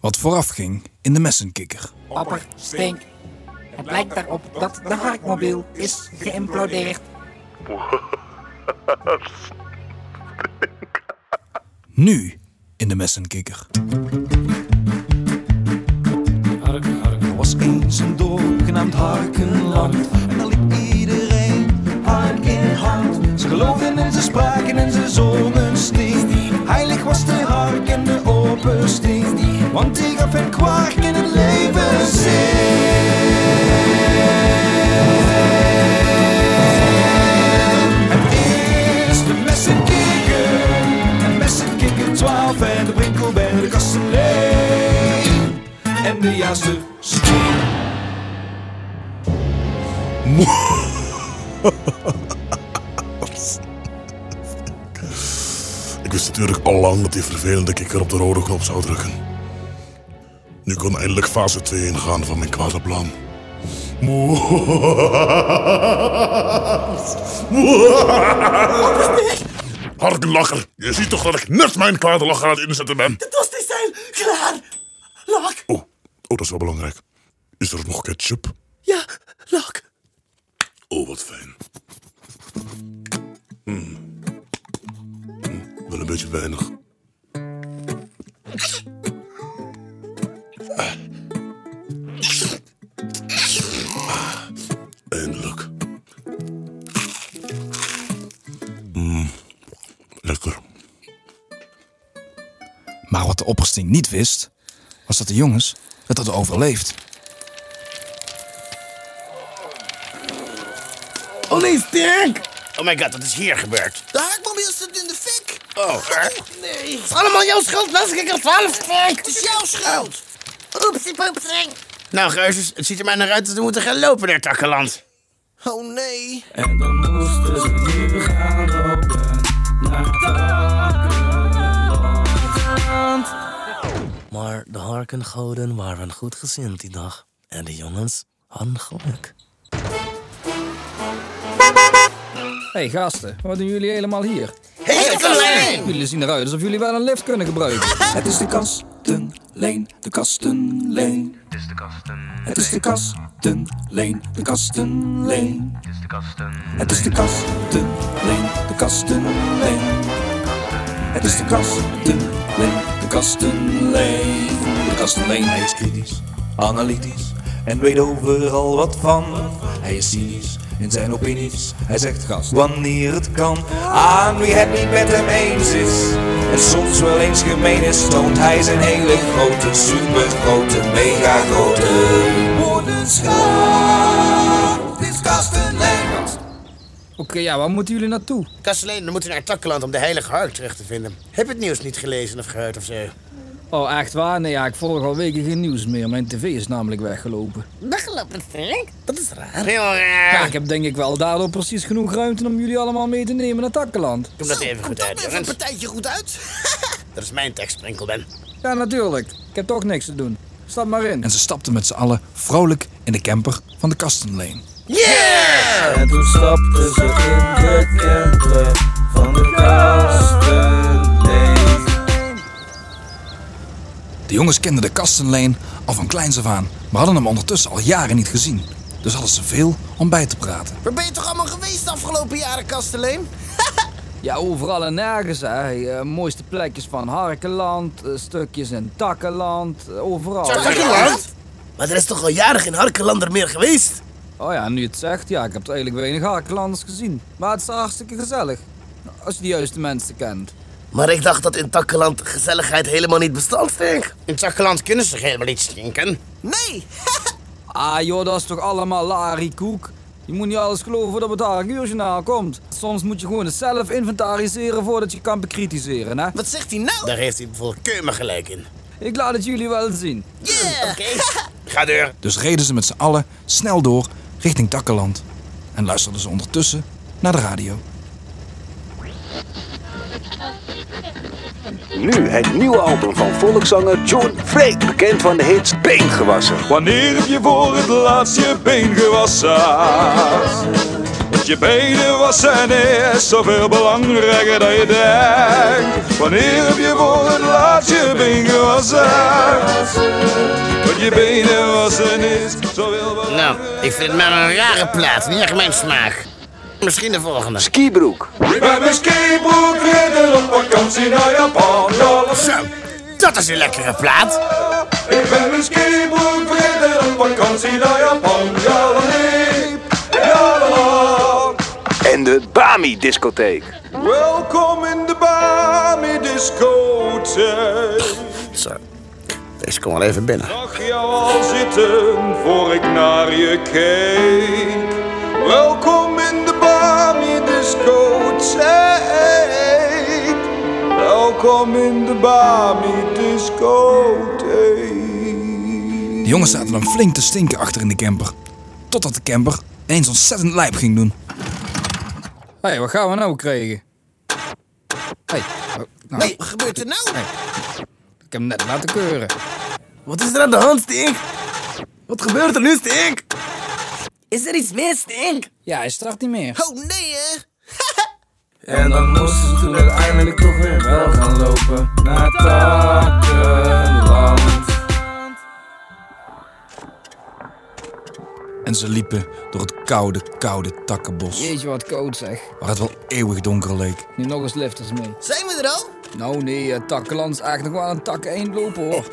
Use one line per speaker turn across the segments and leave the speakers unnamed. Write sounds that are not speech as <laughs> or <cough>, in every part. wat voorafging in de messenkikker.
Opper, stink. Het lijkt erop dat de harkmobiel is geïmplodeerd.
Nu in de messenkikker.
Er was eens een dorp genaamd Harkenland. En daar liep iedereen hand in hand. Ze geloofden en ze spraken en ze zongen steen. Heilig was de hark en de open steen. Want die gaf hen kwark in het leven zin. Het is de messenkikker. En messenkikker 12 en de brinkelbende, de kassenlee. En de jaster steen.
Ik wist natuurlijk al lang dat die vervelende kikker op de rode knop zou drukken. Nu kon eindelijk fase 2 ingaan van mijn kwade plan. Harkenlacher, je ziet toch dat ik net mijn kwade lach aan het inzetten ben?
Het was niet zijn gedaan. Lak.
Oh, oh, dat is wel belangrijk. Is er nog ketchup?
Ja, lak.
Oh, wat fijn. Mm. Mm, Wel een beetje weinig. Ah. Ah, Eindelijk. Mm, Lekker.
Maar wat de oppersting niet wist, was dat de jongens het hadden overleefd.
Oh nee, stink.
Oh my god, wat is hier gebeurd?
De harkmobiel zit in de fik.
Oh, hè?
Nee.
is allemaal jouw schuld, Messenkikker 12.
Het is jouw schuld.
Oepsie poepsie.
Nou, geuzes, het ziet er mij naar uit dat we moeten gaan lopen naar Takkeland.
Oh nee.
En dan moesten ze nu gaan lopen naar Takkenland.
Maar de harkengoden waren goed gezind die dag. En de jongens hadden geluk.
hey, gasten, wat doen jullie helemaal hier?
Heel klein.
Jullie zien eruit alsof jullie wel een lift kunnen gebruiken.
<laughs> Het is de kastenleen, de kastenleen. Het is de kastenleen, de kastenleen. Het is de kastenleen, de kastenleen. Het is de kastenleen, de kastenleen. De kastenleen, hij is kritisch, analytisch en weet overal wat van. Hij is cynisch in zijn opinies, hij zegt gast wanneer het kan. Aan wie het niet met hem eens is en soms wel eens gemeen is, toont hij zijn hele grote, supergrote, mega grote woordenschat. Dit is kastenleen.
Oké, ja, waar moeten jullie naartoe?
Kasteleen, we moeten naar Takkeland om de heilige hark terug te vinden. Heb je het nieuws niet gelezen of gehoord of zo?
Oh, echt waar? Nee, ja, ik volg al weken geen nieuws meer. Mijn tv is namelijk weggelopen.
Weggelopen, stink.
Dat is raar. Heel
Ja,
raar.
ik heb denk ik wel daardoor precies genoeg ruimte om jullie allemaal mee te nemen naar Takkeland.
Kom dat even goed uit,
Even een
jongens.
partijtje goed uit.
<laughs> Dat is mijn tekst, Sprinkelben.
Ja, natuurlijk. Ik heb toch niks te doen. Stap maar in.
En ze stapten met z'n allen vrolijk in de camper van de Kastenleen.
En toen stapten ze in de kenten van de kastenlees.
De jongens kenden de Kastenleen al van kleins af aan, maar hadden hem ondertussen al jaren niet gezien. Dus hadden ze veel om bij te praten.
Waar ben je toch allemaal geweest de afgelopen jaren, Kasteleen?
Ja, overal en nergens, hè. Hey, eh, mooiste plekjes van Harkenland, eh, stukjes in Takkenland, eh, overal.
Takkeland? Maar er is toch al jaren geen harkenlander meer geweest?
Oh ja, nu je het zegt, ja, ik heb eigenlijk weinig Harkenlanders gezien. Maar het is hartstikke gezellig. Als je de juiste mensen kent.
Maar ik dacht dat in Takkeland gezelligheid helemaal niet bestond, stink. In Takkeland kunnen ze toch helemaal niet stinken?
Nee.
Ah joh, dat is toch allemaal larikoek? Je moet niet alles geloven dat het Haarguurjournaal komt. Soms moet je gewoon het zelf inventariseren voordat je kan bekritiseren, hè?
Wat zegt hij nou?
Daar heeft hij bijvoorbeeld Keumer gelijk in.
Ik laat het jullie wel zien.
Yeah.
<laughs> Ga deur.
Dus reden ze met z'n allen snel door richting Takkeland. En luisterden ze ondertussen naar de radio.
Nu het nieuwe album van volkszanger John Freek, bekend van de hits Beengewassen.
Wanneer heb je voor het laatst je been gewassen? Want je benen wassen is zoveel belangrijker dan je denkt. Wanneer heb je voor het laatst je been gewassen?
je benen wassen is. Zo wil we...
Nou, ik vind het maar een rare plaat. Niet echt mijn smaak. Misschien de volgende.
Skibroek.
Ik ben een skateboard ridder op vakantie naar Japan. Zo,
dat is een lekkere plaat.
Ik ben een skateboard ridder op vakantie naar Japan. Jalalee, jalala.
En de Bami-discotheek.
Welkom in de Bami discotheek.
Zo. Deze kom wel even binnen.
Zag jou al zitten voor ik naar je keek. Welkom in de Bami discotheek. Welkom in de Bami discotheek.
De jongens zaten dan flink te stinken achter in de camper. Totdat de camper ineens ontzettend lijp ging doen.
Hé, hey, wat gaan we nou krijgen? Hé, hey,
oh,
Nee, wat gebeurt er nou?
ik heb hem net laten keuren.
Wat is er aan de hand, Stink? Wat gebeurt er nu, Stink?
Is er iets mis, Stink?
Ja, hij start niet meer.
Oh nee, hè?
En dan moesten ze toen uiteindelijk toch weer wel gaan lopen naar Takenland.
En ze liepen door het koude, koude takkenbos.
Jeetje, wat koud zeg.
Waar het wel eeuwig donker leek.
Nu nog eens lifters mee.
Zijn we er al?
Nou nee, eh, takkenland is eigenlijk nog wel een tak één lopen hoor.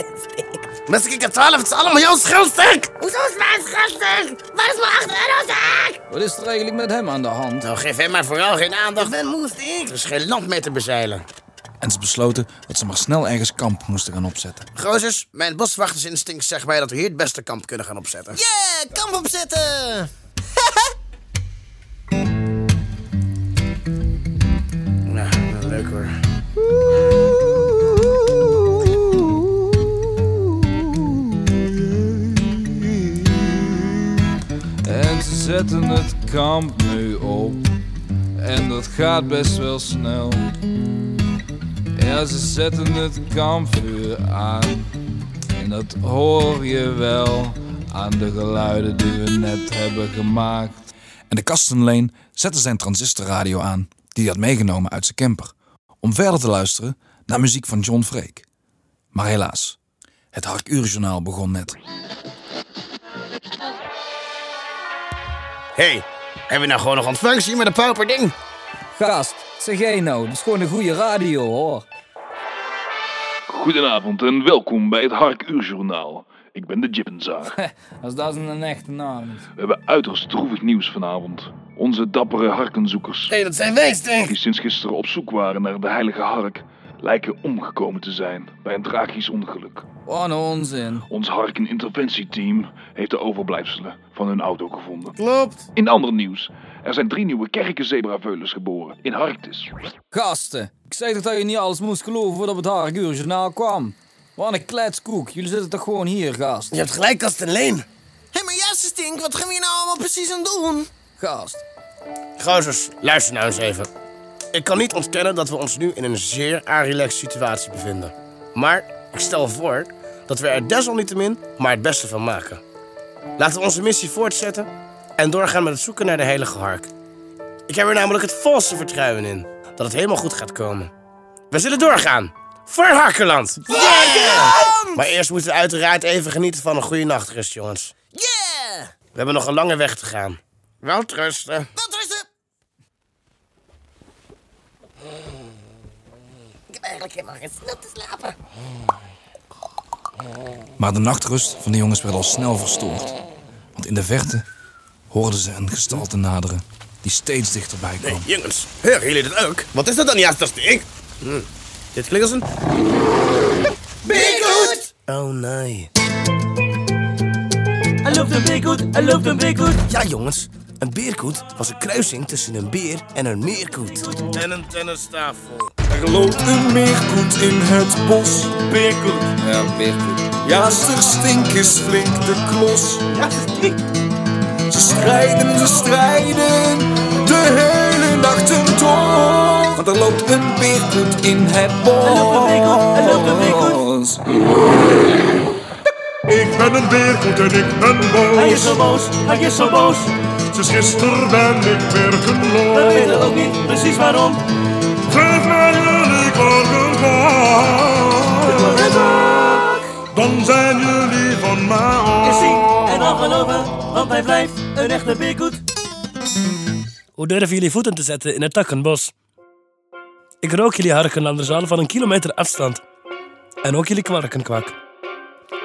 Misschien kan 12, het is allemaal jouw schuld, Stink!
Hoezo is mijn schattig? Waar is mijn 8 euro zaak?
Wat is er eigenlijk met hem aan de hand?
Nou, geef hem maar vooral geen aandacht. Ben moe, Stink. Er is geen land mee te bezeilen.
En ze besloten dat ze maar snel ergens kamp moest gaan opzetten.
Gozers, mijn boswachtersinstinct zegt mij dat we hier het beste kamp kunnen gaan opzetten.
Yeah, kamp
<laughs>
opzetten!
Nou, wel leuk hoor.
En ze zetten het kamp nu op. En dat gaat best wel snel. Ja, ze zetten het kampvuur aan. En dat hoor je wel aan de geluiden die we net hebben gemaakt.
En de kastenleen zette zijn transistorradio aan, die hij had meegenomen uit zijn camper, om verder te luisteren naar muziek van John Freek. Maar helaas, het Harkuurjournaal begon net.
Hé, hey, hebben we nou gewoon nog ontvangst met een pauper ding?
Gast, zeg jij nou, dat is gewoon een goede radio hoor.
Goedenavond en welkom bij het Hark Uurjournaal. Ik ben de Jippenzaag.
Als dat een echte naam is.
We hebben uiterst droevig nieuws vanavond. Onze dappere harkenzoekers,
Hé, dat zijn wij, Stink!
die sinds gisteren op zoek waren naar de heilige hark, lijken omgekomen te zijn bij een tragisch ongeluk.
Wat een onzin.
Ons harken-interventieteam heeft de overblijfselen van hun auto gevonden.
Klopt.
In ander nieuws, er zijn drie nieuwe kerkenzebraveulens geboren in Harktis.
Gasten, ik zei toch dat je niet alles moest geloven voordat het Harkuurjournaal kwam. Wat een kletskoek, jullie zitten toch gewoon hier, gast?
Je hebt gelijk, Kastenleen.
Hé, maar ja, ze stink, wat gaan we hier nou allemaal precies aan doen?
Gast.
Gozers, luister nou eens even. Ik kan niet ontkennen dat we ons nu in een zeer arilexed situatie bevinden. Maar ik stel voor dat we er desalniettemin maar het beste van maken. Laten we onze missie voortzetten en doorgaan met het zoeken naar de heilige hark. Ik heb er namelijk het volste vertrouwen in dat het helemaal goed gaat komen. We zullen doorgaan voor Harkeland! Maar eerst moeten we uiteraard even genieten van een goede nachtrust, jongens.
Yeah!
We hebben nog een lange weg te gaan. Wel trusten.
Wat rusten!
Ik heb eigenlijk helemaal geen snel te slapen.
Maar de nachtrust van de jongens werd al snel verstoord. Want in de verte hoorden ze een gestalte naderen, die steeds dichterbij kwam.
Jongens, horen jullie dat ook? Wat is dat dan die achterste ik? Hm, Dit klinkt als een...
Bigfoot!
Oh nee.
Hij loopt een beerkoet, hij loopt een beerkoet. Ja jongens, een beerkoet was een kruising tussen een beer en een meerkoet. En een tennistafel.
Er loopt een meerkoet in het bos, beerkoet. Ja, beerkoet. Ja, ze stink is flink de klos. Ja, ze strijden, ze strijden, de hele nacht en door. Want er loopt een beerkoet in het bos. Er loopt een beerkoet, er loopt een beerkoet.
Ik ben een beerkoet en ik ben boos. Hij is zo boos, hij is zo boos. Sinds gisteren ben ik werkeloos. We weten ook niet precies waarom. Geef mij een ik word een dan zijn jullie van mij af.
Is zien en afgelopen, want hij blijft een echte beerkoet.
Hoe durven jullie voeten te zetten in het takkenbos? Ik rook jullie harken anders aan van een kilometer afstand. En ook jullie kwarkenkwak.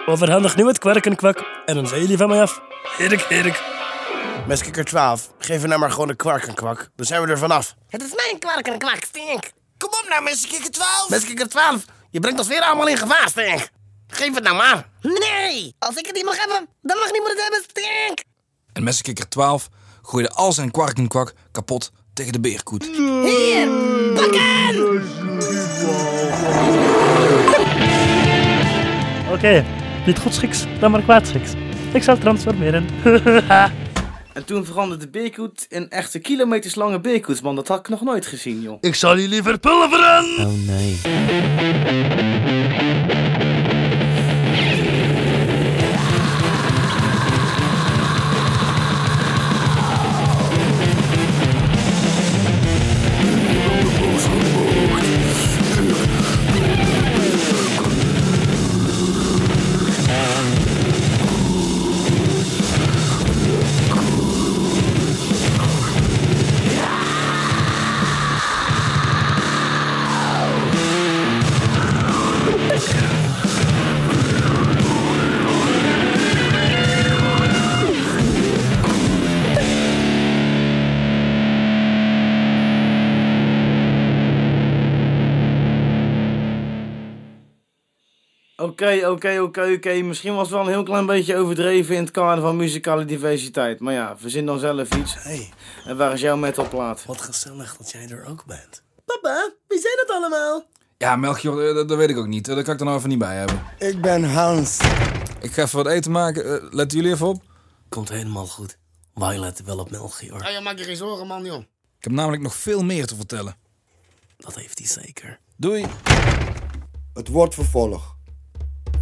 Overhandig nu het kwarkenkwak en dan zijn jullie van mij af. Erik, Erik.
Meskikker 12, geef er nou maar gewoon een kwark en kwak. Dan zijn we er vanaf.
Het is mijn kwark en kwak, stink. Kom op nou, mensen, kikker 12.
Meskikker 12, je brengt ons weer allemaal in gevaar, stink. Geef het nou maar.
Nee, als ik het niet mag hebben, dan mag niemand het hebben, stink.
En messenkikker 12 gooide al zijn kwarkenkwak kapot tegen de beerkoet.
Hier, pak hem.
Oké, niet goed schiks, dan maar kwaad schiks. Ik zal transformeren.
En toen veranderde de beerkoet in echte kilometerslange beerkoets, man. Dat had ik nog nooit gezien, joh.
Ik zal jullie verpulveren!
Oh nee. Oké, oké, oké, oké. Misschien was het wel een heel klein beetje overdreven in het kader van muzikale diversiteit. Maar ja, verzin dan zelf iets. Hey. En waar is jouw metalplaat? Wat gezellig dat jij er ook bent.
Papa, wie zijn dat allemaal?
Ja, Melchior, eh, dat, dat weet ik ook niet. Eh, Dat kan ik er nou even niet bij hebben.
Ik ben Hans.
Ik ga even wat eten maken. Eh, letten jullie even op?
Komt helemaal goed. Wij letten wel op Melchior.
Ja, joh, maak je geen zorgen, man, joh.
Ik heb namelijk nog veel meer te vertellen.
Dat heeft hij zeker.
Doei.
Het wordt vervolg.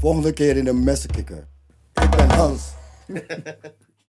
Volgende keer in de messenkikker. Ik ben Hans.